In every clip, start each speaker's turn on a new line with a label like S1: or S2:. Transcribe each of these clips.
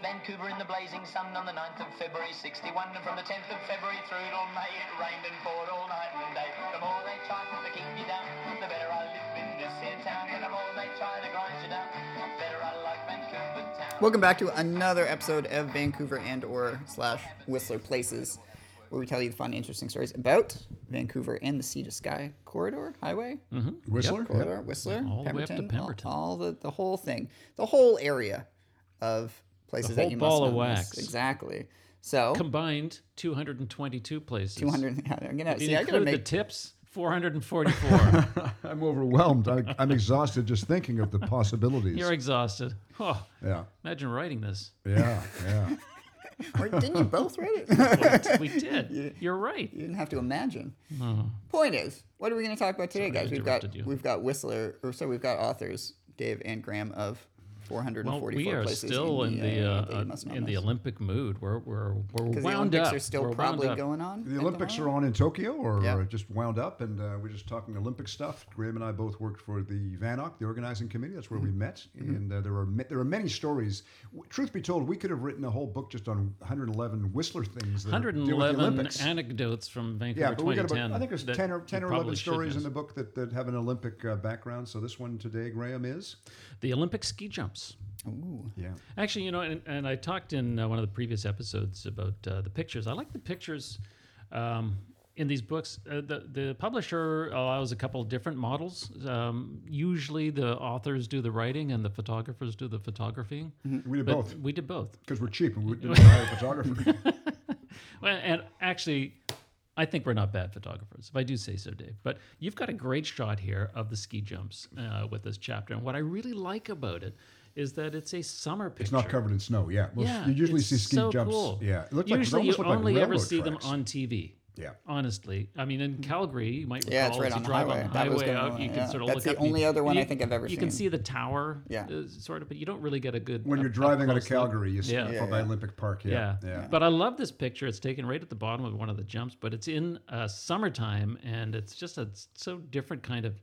S1: Vancouver in the blazing sun on the 9th of February 61 and from the 10th of February through till May it rained and poured all night and day the more they try to keep you down the better I live in this here town and the more they try to grind you down the better I like Vancouver town
S2: Welcome back to another episode of Vancouver and or slash Whistler Places, where we tell you the fun, interesting stories about Vancouver and the Sea to Sky corridor, highway,
S3: Whistler?
S2: corridor, Whistler,
S3: Mm-hmm. All the way up to Pemberton.
S2: all, all the the whole thing, the whole area of places
S3: whole
S2: that you
S3: ball
S2: must
S3: of
S2: not miss.
S3: wax.
S2: Exactly. So
S3: Combined, 222 places.
S2: two hundred. I'm gonna
S3: If you
S2: see. I gotta
S3: include the
S2: make.
S3: tips, 444. I'm
S4: I'm overwhelmed. I, I'm exhausted just thinking of the possibilities.
S3: You're exhausted. Oh,
S4: yeah,
S3: imagine writing this.
S4: yeah, yeah.
S2: or didn't you both read it?
S3: We did. You're right.
S2: you didn't have to imagine. Point is, what are we going to talk about today, guys? We've got
S3: Uh-huh. interrupted you.
S2: we've got Whistler, or so we've got authors Dave and Graham of 444
S3: we are
S2: places.
S3: still in the
S2: uh,
S3: uh,
S2: that you must not
S3: in the
S2: miss.
S3: Olympic mood. We're we're we're
S2: 'Cause the
S3: wound
S2: Olympics
S3: up.
S2: are still
S3: We're wound
S2: probably
S3: up.
S2: going on.
S4: The Olympics are on in Tokyo, or
S2: Yeah.
S4: uh, just wound up, and uh, we're just talking Olympic stuff. Graham and I both worked for the VANOC, the organizing committee. That's where we met, and uh, there are ma- there are many stories. W- Truth be told, we could have written a whole book just on 111 Whistler things. That deal with the
S3: 111
S4: Olympics.
S3: anecdotes from Vancouver
S4: yeah, but we got
S3: 2010.
S4: about, I think there's
S3: that
S4: 10 or
S3: you
S4: 10 or
S3: probably
S4: 11
S3: should
S4: stories in
S3: miss.
S4: the book that, that have an Olympic uh, background. So this one today, Graham, is
S3: the Olympic ski jumps.
S4: yeah.
S3: Actually, you know, and, and I talked in uh, one of the previous episodes about uh, the pictures. I like the pictures um, in these books. Uh, the the publisher allows a couple of different models. Um, usually, the authors do the writing and the photographers do the photography.
S4: Mm-hmm. We did
S3: But
S4: both
S3: we did both.
S4: because we're cheap and we didn't hire a photographer.
S3: Well, and actually, I think we're not bad photographers, if I do say so, Dave. But you've got a great shot here of the ski jumps uh, with this chapter. And what I really like about it is that it's a summer picture.
S4: It's not covered in snow. Yeah, Well,
S3: Yeah,
S4: you usually
S3: it's
S4: see ski
S3: so
S4: jumps.
S3: cool.
S4: Yeah, it looks like- it
S3: usually
S4: almost
S3: you
S4: look like
S3: only ever
S4: railroad
S3: see them
S4: tracks.
S3: on TV.
S4: Yeah. Mm-hmm.
S3: honestly, I mean, in Calgary, you might recall
S2: Yeah, it's right
S3: as
S2: on
S3: you
S2: the
S3: drive
S2: highway.
S3: on the
S2: That was
S3: highway
S2: gonna
S3: out,
S2: be-
S3: you can
S2: yeah.
S3: sort of
S2: That's
S3: look
S2: the
S3: up and you-
S2: only other one I
S3: you-
S2: think I've ever
S3: You can
S2: seen.
S3: see the tower,
S2: Yeah.
S3: uh, sort of, but you don't really get a good
S4: when
S3: up-
S4: you're driving out of
S3: up-close look.
S4: Calgary, you see
S3: Yeah.
S4: yeah,
S3: Yeah,
S4: by Olympic Park. Yeah, yeah.
S3: But I love this picture. It's taken right at the bottom of one of the jumps, but it's in uh, summertime and it's just a so different kind of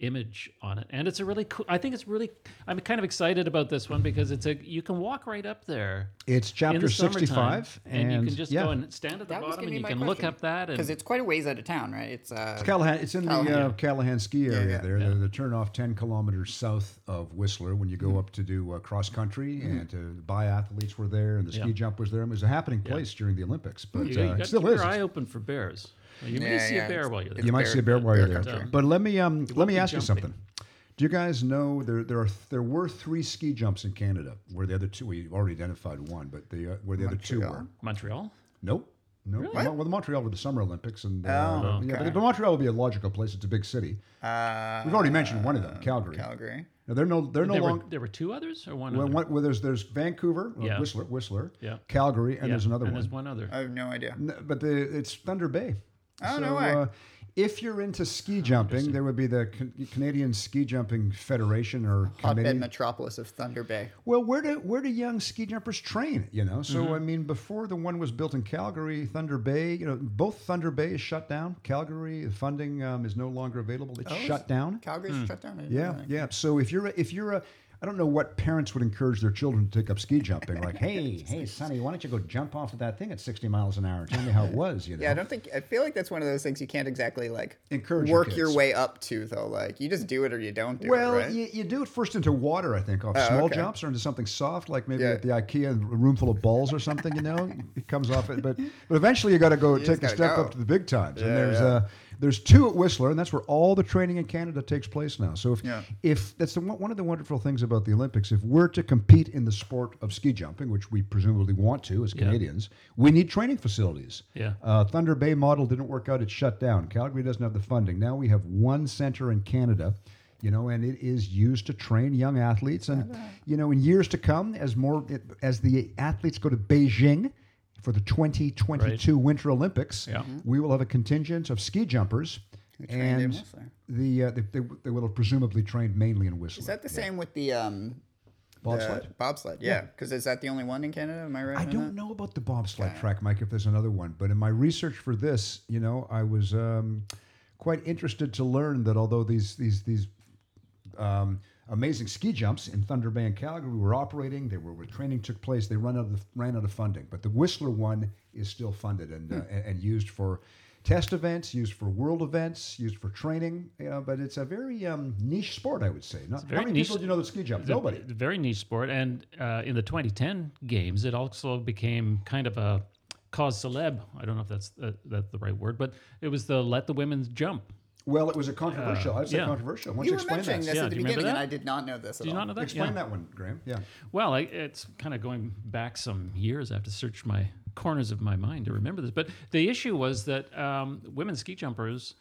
S3: image on it. And it's a really cool, I think it's really, I'm kind of excited about this one because it's a, you can walk right up there.
S4: It's
S3: in
S4: chapter
S3: the summertime,
S4: 65,
S3: And,
S4: and,
S3: you can just
S4: yeah.
S3: go and stand at the
S2: That was
S3: bottom
S2: going
S3: and
S2: to be
S3: you
S2: my
S3: can look up that.
S2: because
S3: And
S2: it's quite a ways out of town, right? It's uh,
S4: Callahan, it's in the uh, Callahan ski area
S2: yeah.
S4: there. The, the turnoff 10 kilometers south of Whistler when you go
S3: Hmm.
S4: up to do uh, cross country, and uh, the biathletes were there, and the ski
S3: Yeah.
S4: jump was there. It was a happening place during the Olympics, but
S3: you, you
S4: uh,
S3: got
S4: it
S3: to
S4: still
S3: keep
S4: is.
S3: your eye open for bears. You may
S2: Yeah,
S3: see
S2: yeah,
S3: a bear
S2: it's-
S3: while you're there.
S4: You might
S2: bear-
S4: see a bear while you're
S2: bear
S4: there.
S2: country.
S4: But let me um, let me
S3: be
S4: ask you
S3: jumping.
S4: something. Do you guys know there there are there were three ski jumps in Canada where the other two we already identified one, but the uh, where the other two
S2: Montreal.
S4: were?
S3: Montreal?
S4: Nope. No, well, the Montreal were the Summer Olympics, and uh,
S2: Oh,
S4: yeah,
S2: okay.
S4: but, but Montreal would be a logical place. It's a big city.
S2: uh,
S4: We've already mentioned one of them, Calgary.
S2: Calgary.
S4: Now, they're no, they're no
S3: there,
S4: longer.
S3: were, there were two others or one
S4: Well,
S3: other?
S4: one, well, there's there's Vancouver, uh,
S3: Yeah.
S4: Whistler, Whistler,
S3: Yeah.
S4: Calgary, and
S3: Yeah,
S4: there's another
S3: and
S4: one. Uh,
S3: There's one other.
S2: I have no idea.
S4: N- But the, it's Thunder Bay. uh,
S2: Oh, no way.
S4: if you're into ski jumping, there would be the Can- Canadian Ski Jumping Federation or
S2: Hotbed
S4: committee.
S2: metropolis of Thunder Bay.
S4: Well, where do where do young ski jumpers train? You know,
S2: Mm-hmm.
S4: so I mean, before the one was built in Calgary, Thunder Bay, you know, both Thunder Bay is shut down. Calgary the funding um, is no longer available.
S2: Oh,
S4: It's shut down.
S2: Calgary's
S3: Hmm.
S2: shut down. I didn't
S4: Yeah,
S2: know that.
S4: yeah. So if you're a, if you're a I don't know what parents would encourage their children to take up ski jumping. Like, hey, hey, Sonny, why don't you go jump off of that thing at 60 miles an hour? Tell me how it was, you know?
S2: Yeah, I don't think I feel like that's one of those things you can't exactly like
S4: Encourage your
S2: work your
S4: kids.
S2: way up to though. Like you just do it or you don't do
S4: Well,
S2: it. Right? Oh,
S4: you, you do it first into water, I think, off small
S2: okay.
S4: jumps or into something soft, like maybe
S2: Yeah.
S4: at the IKEA, and a room full of balls or something. You know, it comes off it, but but eventually you got to go take a
S2: gotta
S4: step
S2: go.
S4: up to the big times. and there's uh, there's two at Whistler, and that's where all the training in Canada takes place now. So if
S2: Yeah.
S4: if that's the, one one of the wonderful things about the Olympics, if we're to compete in the sport of ski jumping, which we presumably want to as Canadians, we need training facilities.
S3: Yeah.
S4: Uh, Thunder Bay model didn't work out. It's shut down. Calgary doesn't have the funding. Now we have one center in Canada, you know, and it is used to train young athletes. And, you know, in years to come, as more, as the athletes go to Beijing for the 2022 Winter Olympics,
S3: Yeah. Mm-hmm.
S4: we will have a contingent of ski jumpers.
S2: trained in
S4: And
S2: Whistler.
S4: the, uh, they, they, they will have presumably trained mainly in Whistler.
S2: Is that the same with the um
S4: Bobsled?
S2: the bobsled? Yeah, because is that the only one in Canada? Am I right?
S4: I
S3: Mm-hmm.
S2: on
S4: don't know about the bobsled track, Mike. If there's another one, but in my research for this, you know, I was um, quite interested to learn that although these these these um, amazing ski jumps in Thunder Bay and Calgary were operating. They were where training took place. They run out of the, ran out of funding, but the Whistler one is still funded and
S3: Hmm.
S4: uh, and, and used for test events, used for world events, used for training. You know, but it's a very um, niche sport, I would say. Not, how
S3: very
S4: many
S3: niche-
S4: people do you know that ski jump?
S3: It's a-
S4: Nobody.
S3: it's a very niche sport, and uh, in the 2010 games, it also became kind of a cause celeb. I don't know if that's uh, that's the right word, but it was the let the women jump.
S4: Well, it was a controversial. I would say
S3: yeah.
S4: controversial. Why don't
S2: You
S4: you
S2: were
S4: explain
S2: mentioning
S4: that?
S2: this
S3: Yeah,
S2: at the
S3: do you remember
S2: beginning, and
S3: that?
S2: I did not know this at
S3: Did
S2: all.
S3: you not know that?
S4: Explain
S3: Yeah.
S4: that one, Graham. Yeah.
S3: Well, I, it's kind of going back some years. I have to search my corners of my mind to remember this. But the issue was that um, women ski jumpers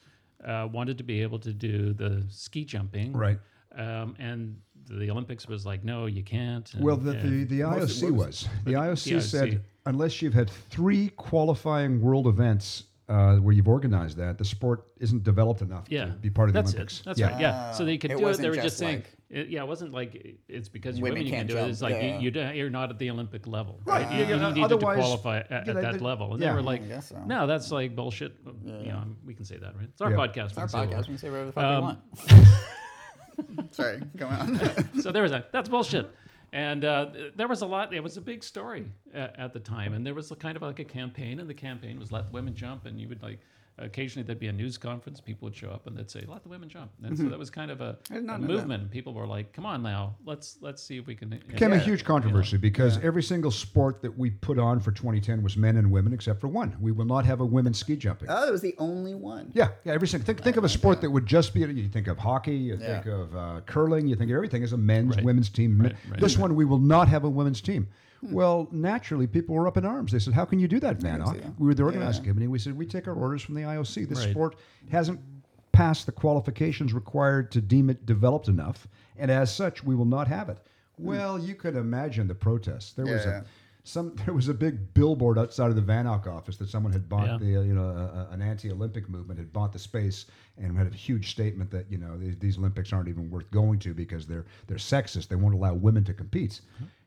S3: uh, wanted to be able to do the ski jumping,
S4: Right.
S3: Um, and the Olympics was like, no, you can't. and-
S4: Well, the, the,
S3: and-
S4: the IOC was. The IOC
S3: IOC.
S4: said, unless you've had three qualifying world events uh, where you've organized that, the sport isn't developed enough
S3: yeah,
S4: to be part of the
S3: that's
S4: Olympics.
S3: It. That's right. Yeah, so they could
S2: it
S3: do it.
S2: wasn't
S3: They were
S2: just
S3: just, saying,
S2: like-
S3: it, yeah, it wasn't like it's because you're
S2: Women
S3: women you can
S2: can't
S3: do
S2: jump,
S3: it. It's like
S2: yeah.
S3: you, you don't, you're not at the Olympic level, right?
S4: Right,
S3: You,
S4: yeah,
S3: you
S4: yeah.
S3: needed
S4: Otherwise,
S3: to qualify at,
S4: you
S3: at
S4: know,
S3: that
S4: they-
S3: level, and
S4: yeah.
S3: they were like,
S2: guess so.
S3: no, that's like bullshit. You know, we can say that, right? It's our podcast.
S2: Our
S3: we can say
S2: podcast, we can
S3: what- Um,
S2: say whatever the fuck we want. Sorry, going on.
S3: so there was that. That's bullshit. And uh, th- there was a lot. It was a big story uh, at the time, and there was a kind of like a campaign, and the campaign was let the women jump, and you would like. Occasionally, there'd be a news conference. People would show up and they'd say, "Let the women jump." And so that was kind of a,
S2: Mm-hmm. did not
S3: a
S2: know that.
S3: movement. and People were like, "Come on now, let's let's see if we can."
S4: Became a
S2: Yeah.
S4: huge controversy because every single sport that we put on for 2010 was men and women, except for one. We will not have a women's ski jumping.
S2: Oh, it was the only one.
S4: yeah, yeah. Every single think, think of a sport that would just be. You think of hockey. You
S2: Yeah.
S4: think of uh, curling. You think everything is a men's,
S3: Right.
S4: women's team.
S3: right. Hmm.
S4: This one we will not have a women's team. Well, naturally, people were up in arms. They said, "How can you do that, Van?" Ock?" We were the organizing committee. We said, "We take our orders from the IOC. This
S3: Right.
S4: sport hasn't passed the qualifications required to deem it developed enough, and as such, we will not have it."
S3: Hmm.
S4: Well, you could imagine the protests. There was
S2: Yeah.
S4: a some there was a big billboard outside of the Van Ock office that someone had bought
S3: Yeah.
S4: the the, uh, you know a, a- an anti-Olympic movement had bought the space and had a huge statement that you know these, these Olympics aren't even worth going to because they're they're sexist. They won't allow women to compete.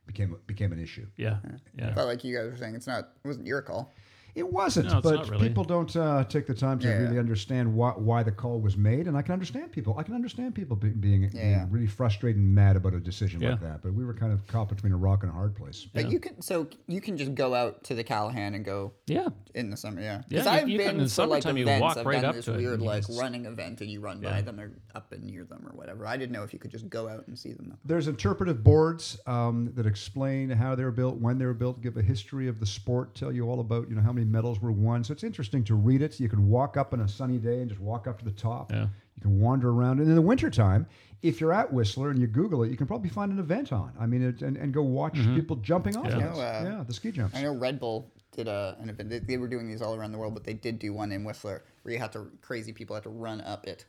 S4: Became became an issue.
S3: yeah, yeah.
S2: But like you guys were saying, it's not it wasn't your call.
S4: It wasn't,
S3: No, it's
S4: but
S3: not really.
S4: people don't uh, take the time to
S2: Yeah.
S4: really understand why, why the call was made. And I can understand people. I can understand people be, being,
S2: Yeah.
S4: being really frustrated and mad about a decision like
S3: Yeah.
S4: that. But we were kind of caught between a rock and a hard place.
S2: But you can so you can just go out to the Callahan and go
S3: yeah.
S2: in the summer. Yeah,
S3: Yeah,
S2: 'Cause
S3: you-
S2: I've
S3: you
S2: been
S3: can- in
S2: for like
S3: summertime, you
S2: events.
S3: walk
S2: I've
S3: right
S2: done
S3: up
S2: this
S3: to it
S2: weird
S3: and you
S2: like
S3: just-
S2: running event and you run by them or up and near them or whatever. I didn't know if you could just go out and see them though.
S4: There's interpretive boards um, that explain how they were built, when they were built, give a history of the sport, tell you all about you know how many medals were won. So it's interesting to read it. You can walk up on a sunny day and just walk up to the top.
S3: Yeah.
S4: You can wander around, and in the wintertime, if you're at Whistler and you Google it, you can probably find an event on. I mean, it, and, and go watch
S3: Mm-hmm.
S4: people jumping off. Yeah,
S2: You know, uh,
S4: yeah the ski jumps.
S2: I know Red Bull did a, an event. They, they were doing these all around the world, but they did do one in Whistler where you had to crazy people had to run up it.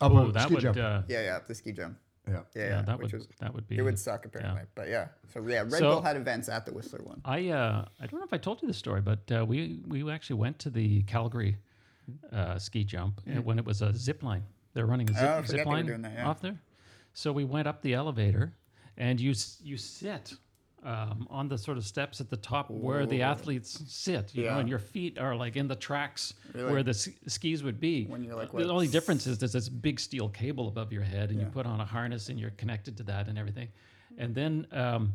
S4: Up
S3: Oh,
S4: a
S3: that
S4: ski
S3: would. Uh,
S4: jump.
S3: yeah,
S2: Yeah, yeah, up the ski jump.
S4: yeah.
S2: Yeah, yeah,
S3: that
S2: which
S3: would.
S2: was
S3: that would be.
S2: it would suck apparently. But yeah, so yeah, Red
S3: So-
S2: Bull had events at the Whistler one.
S3: I uh, I don't know if I told you this story, but uh, we we actually went to the Calgary uh, ski jump and when it was a zip line. They're running a zip,
S2: Oh, I forgot
S3: zip
S2: they were
S3: line
S2: doing that, yeah.
S3: off there, so we went up the elevator, and you s- you sit um, on the sort of steps at the top where the athletes sit. You know,
S2: Yeah.
S3: and your feet are like in the tracks
S2: Really?
S3: where the s- skis would be.
S2: When you're, like,
S3: the
S2: what,
S3: only difference is there's this big steel cable above your head, and you put on a harness and you're connected to that and everything, and then. Um,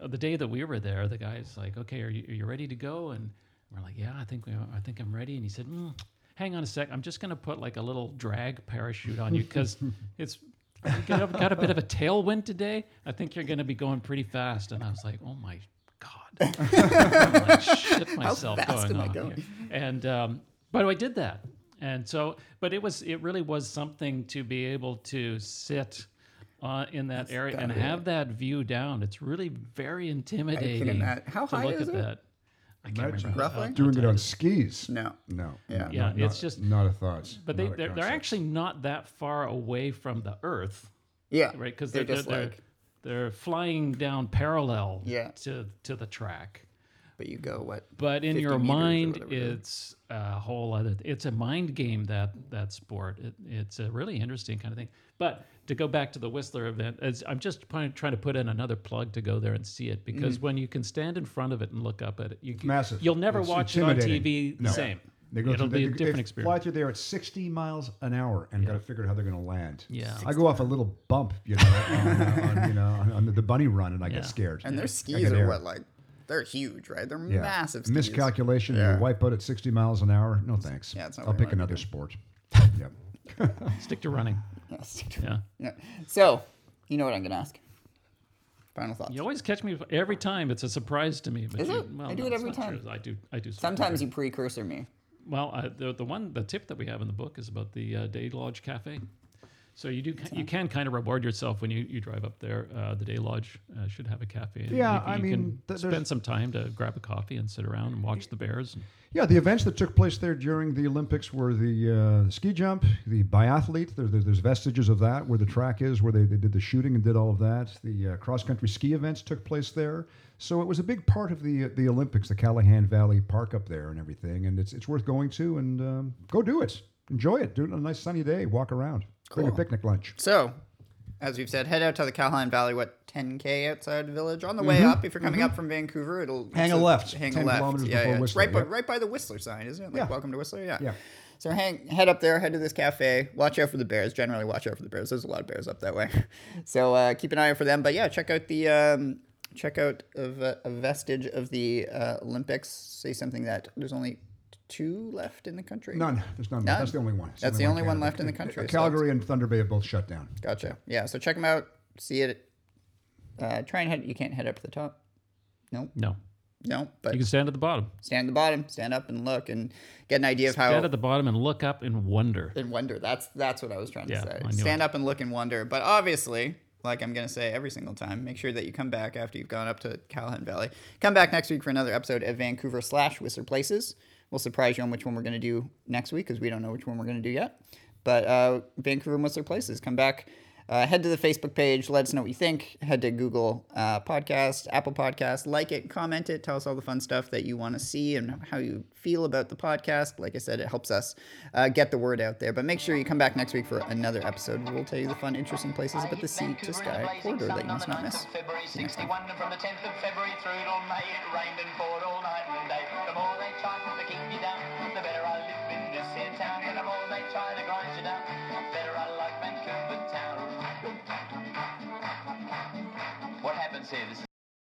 S3: uh, the day that we were there, the guy's like, "Okay, are you, are you ready to go?" And we're like, "Yeah, I think we are, I think I'm ready." And he said, mm, "Hang on a sec. I'm just gonna put like a little drag parachute on you because it's." I've got a bit of a tailwind today. I think you're going to be going pretty fast. And I was like, oh my God. I'm like, shit myself
S2: fast
S3: going
S2: am I
S3: on.
S2: going?
S3: here. And, um, but I did that. And so, but it was, it really was something to be able to sit uh, in that area and have that view down. It's really very intimidating.
S2: ima- how
S3: to
S2: high
S3: look
S2: is
S3: at
S2: it?
S3: that. I can't remember. how-
S2: Roughly?
S4: Doing it on skis.
S2: No.
S4: No.
S2: Yeah.
S4: Not-
S3: Yeah,
S4: not-
S3: it's just-
S4: not a thought.
S3: But they,
S4: Not a
S3: they're, they're
S4: concept.
S3: actually not that far away from the earth.
S2: Yeah,
S3: right because
S2: they're,
S3: they're,
S2: just
S3: they're,
S2: like,
S3: they're, flying down parallel
S2: Yeah.
S3: to to the track
S2: but you go what?
S3: but in
S2: 50
S3: your
S2: meters or
S3: mind
S2: whatever it is.
S3: it's a whole other it's a mind game that that sport it, it's a really interesting kind of thing but to go back to the whistler event as i'm just trying, trying to put in another plug to go there and see it
S2: Mm.
S3: because when you can stand in front of it and look up at it you can,
S4: massive.
S3: you'll never
S4: It's
S3: watch it on
S4: intimidating.
S3: tv the
S4: No.
S3: same
S4: They go
S3: It'll
S4: through,
S3: be
S4: they,
S3: a
S4: they
S3: different
S4: Fly
S3: experience.
S4: through there at 60 miles an hour and got to figure out how they're going to land.
S3: Yeah.
S4: I go off a little bump, you know, on, uh, on, you know, on, on the bunny run, and I
S3: Yeah.
S4: get scared.
S2: And
S4: I
S2: their
S4: get
S2: skis are
S4: air.
S2: what like they're huge, right? They're
S4: Yeah.
S2: massive. Skis.
S4: Miscalculation,
S2: Yeah.
S4: you wipe out at 60 miles an hour. No thanks.
S2: Yeah, it's not
S4: I'll
S2: what we
S4: pick
S2: wanna
S4: another sport. yeah.
S3: Stick to running. Yeah.
S2: Yeah. So, you know what I'm gonna ask? Final thoughts.
S3: You always catch me every time. It's a surprise to me. But
S2: Is
S3: you-
S2: it?
S3: Well,
S2: I do
S3: no,
S2: it
S3: it's
S2: every
S3: not true.
S2: time.
S3: I do. I do. sometimes.
S2: Sometimes you precursor me.
S3: Well, uh, the the one the tip that we have in the book is about the uh, Day Lodge Cafe. So you do you can kind of reward yourself when you, you drive up there. Uh, the Day Lodge uh, should have a cafe. and
S4: Yeah,
S3: you, can-
S4: I
S3: you
S4: mean,
S3: can
S4: th- there's-
S3: spend some time to grab a coffee and sit around and watch the bears.
S4: Yeah, the events that took place there during the Olympics were the uh, ski jump, the biathlete. There, there, there's vestiges of that where the track is, where they, they did the shooting and did all of that. The uh, cross country ski events took place there. So it was a big part of the uh, the Olympics, the Callahan Valley Park up there and everything. And it's, it's worth going to and um, go do it. Enjoy it. Do it on a nice sunny day. Walk around. Bring a
S2: Cool.
S4: picnic lunch.
S2: So, as we've said, head out to the Callahan Valley, what 10k outside the village. On the way up, if you're coming up from Vancouver, it'll
S4: Mm-hmm. Hang
S2: it's
S4: a left,
S2: Hang
S4: 10
S2: a left.
S4: kilometers
S2: yeah,
S4: before
S2: yeah. It's
S4: Whistler,
S2: right by
S4: yep.
S2: right by the Whistler sign, isn't it? Like
S4: Yeah.
S2: welcome to Whistler. Yeah.
S4: Yeah.
S2: So hang head up there, head to this cafe. Watch out for the bears. Generally, watch out for the bears. There's a lot of bears up that way, so uh, keep an eye out for them. But yeah, check out the um, check out of uh, a vestige of the uh, Olympics. Say something that there's only two left in the country.
S4: None. There's none.
S2: None.
S4: That's the only one. It's
S2: That's the only one
S4: Canada.
S2: left in the country, so
S4: Calgary and Thunder Bay have both shut down.
S2: Gotcha. Yeah. So check them out. See it. Uh, try and head. You can't head up to the top. No,
S3: No,
S2: no. But
S3: you can stand at the bottom.
S2: stand at the bottom. Stand up and look and get an idea of how.
S3: Stand at the bottom and look up and wonder.
S2: and wonder. That's that's what I was trying
S3: Yeah,
S2: to
S3: I
S2: say.
S3: knew
S2: Stand up and look and wonder. But obviously, like I'm gonna say every single time, make sure that you come back after you've gone up to Callahan Valley. Come back next week for another episode of Vancouver slash Whistler Places. We'll surprise you on which one we're gonna do next week because we don't know which one we're gonna do yet. But uh, Vancouver and Whistler Places, come back. Uh, head to the Facebook page. Let us know what you think. Head to Google uh, Podcast, Apple Podcast. Like it, comment it. Tell us all the fun stuff that you want to see and how you feel about the podcast. Like I said, it helps us uh, get the word out there. But make sure you come back next week for another episode. We'll tell you the fun, interesting places about the sea to sky corridor that you must not miss.
S1: February 61 from the 10th of February through till May it rained and poured all night and day. The more they try to keep you down, the better I live in this here town. And the more they try to grind you down, the better I like Vancouver town. What happens here? This is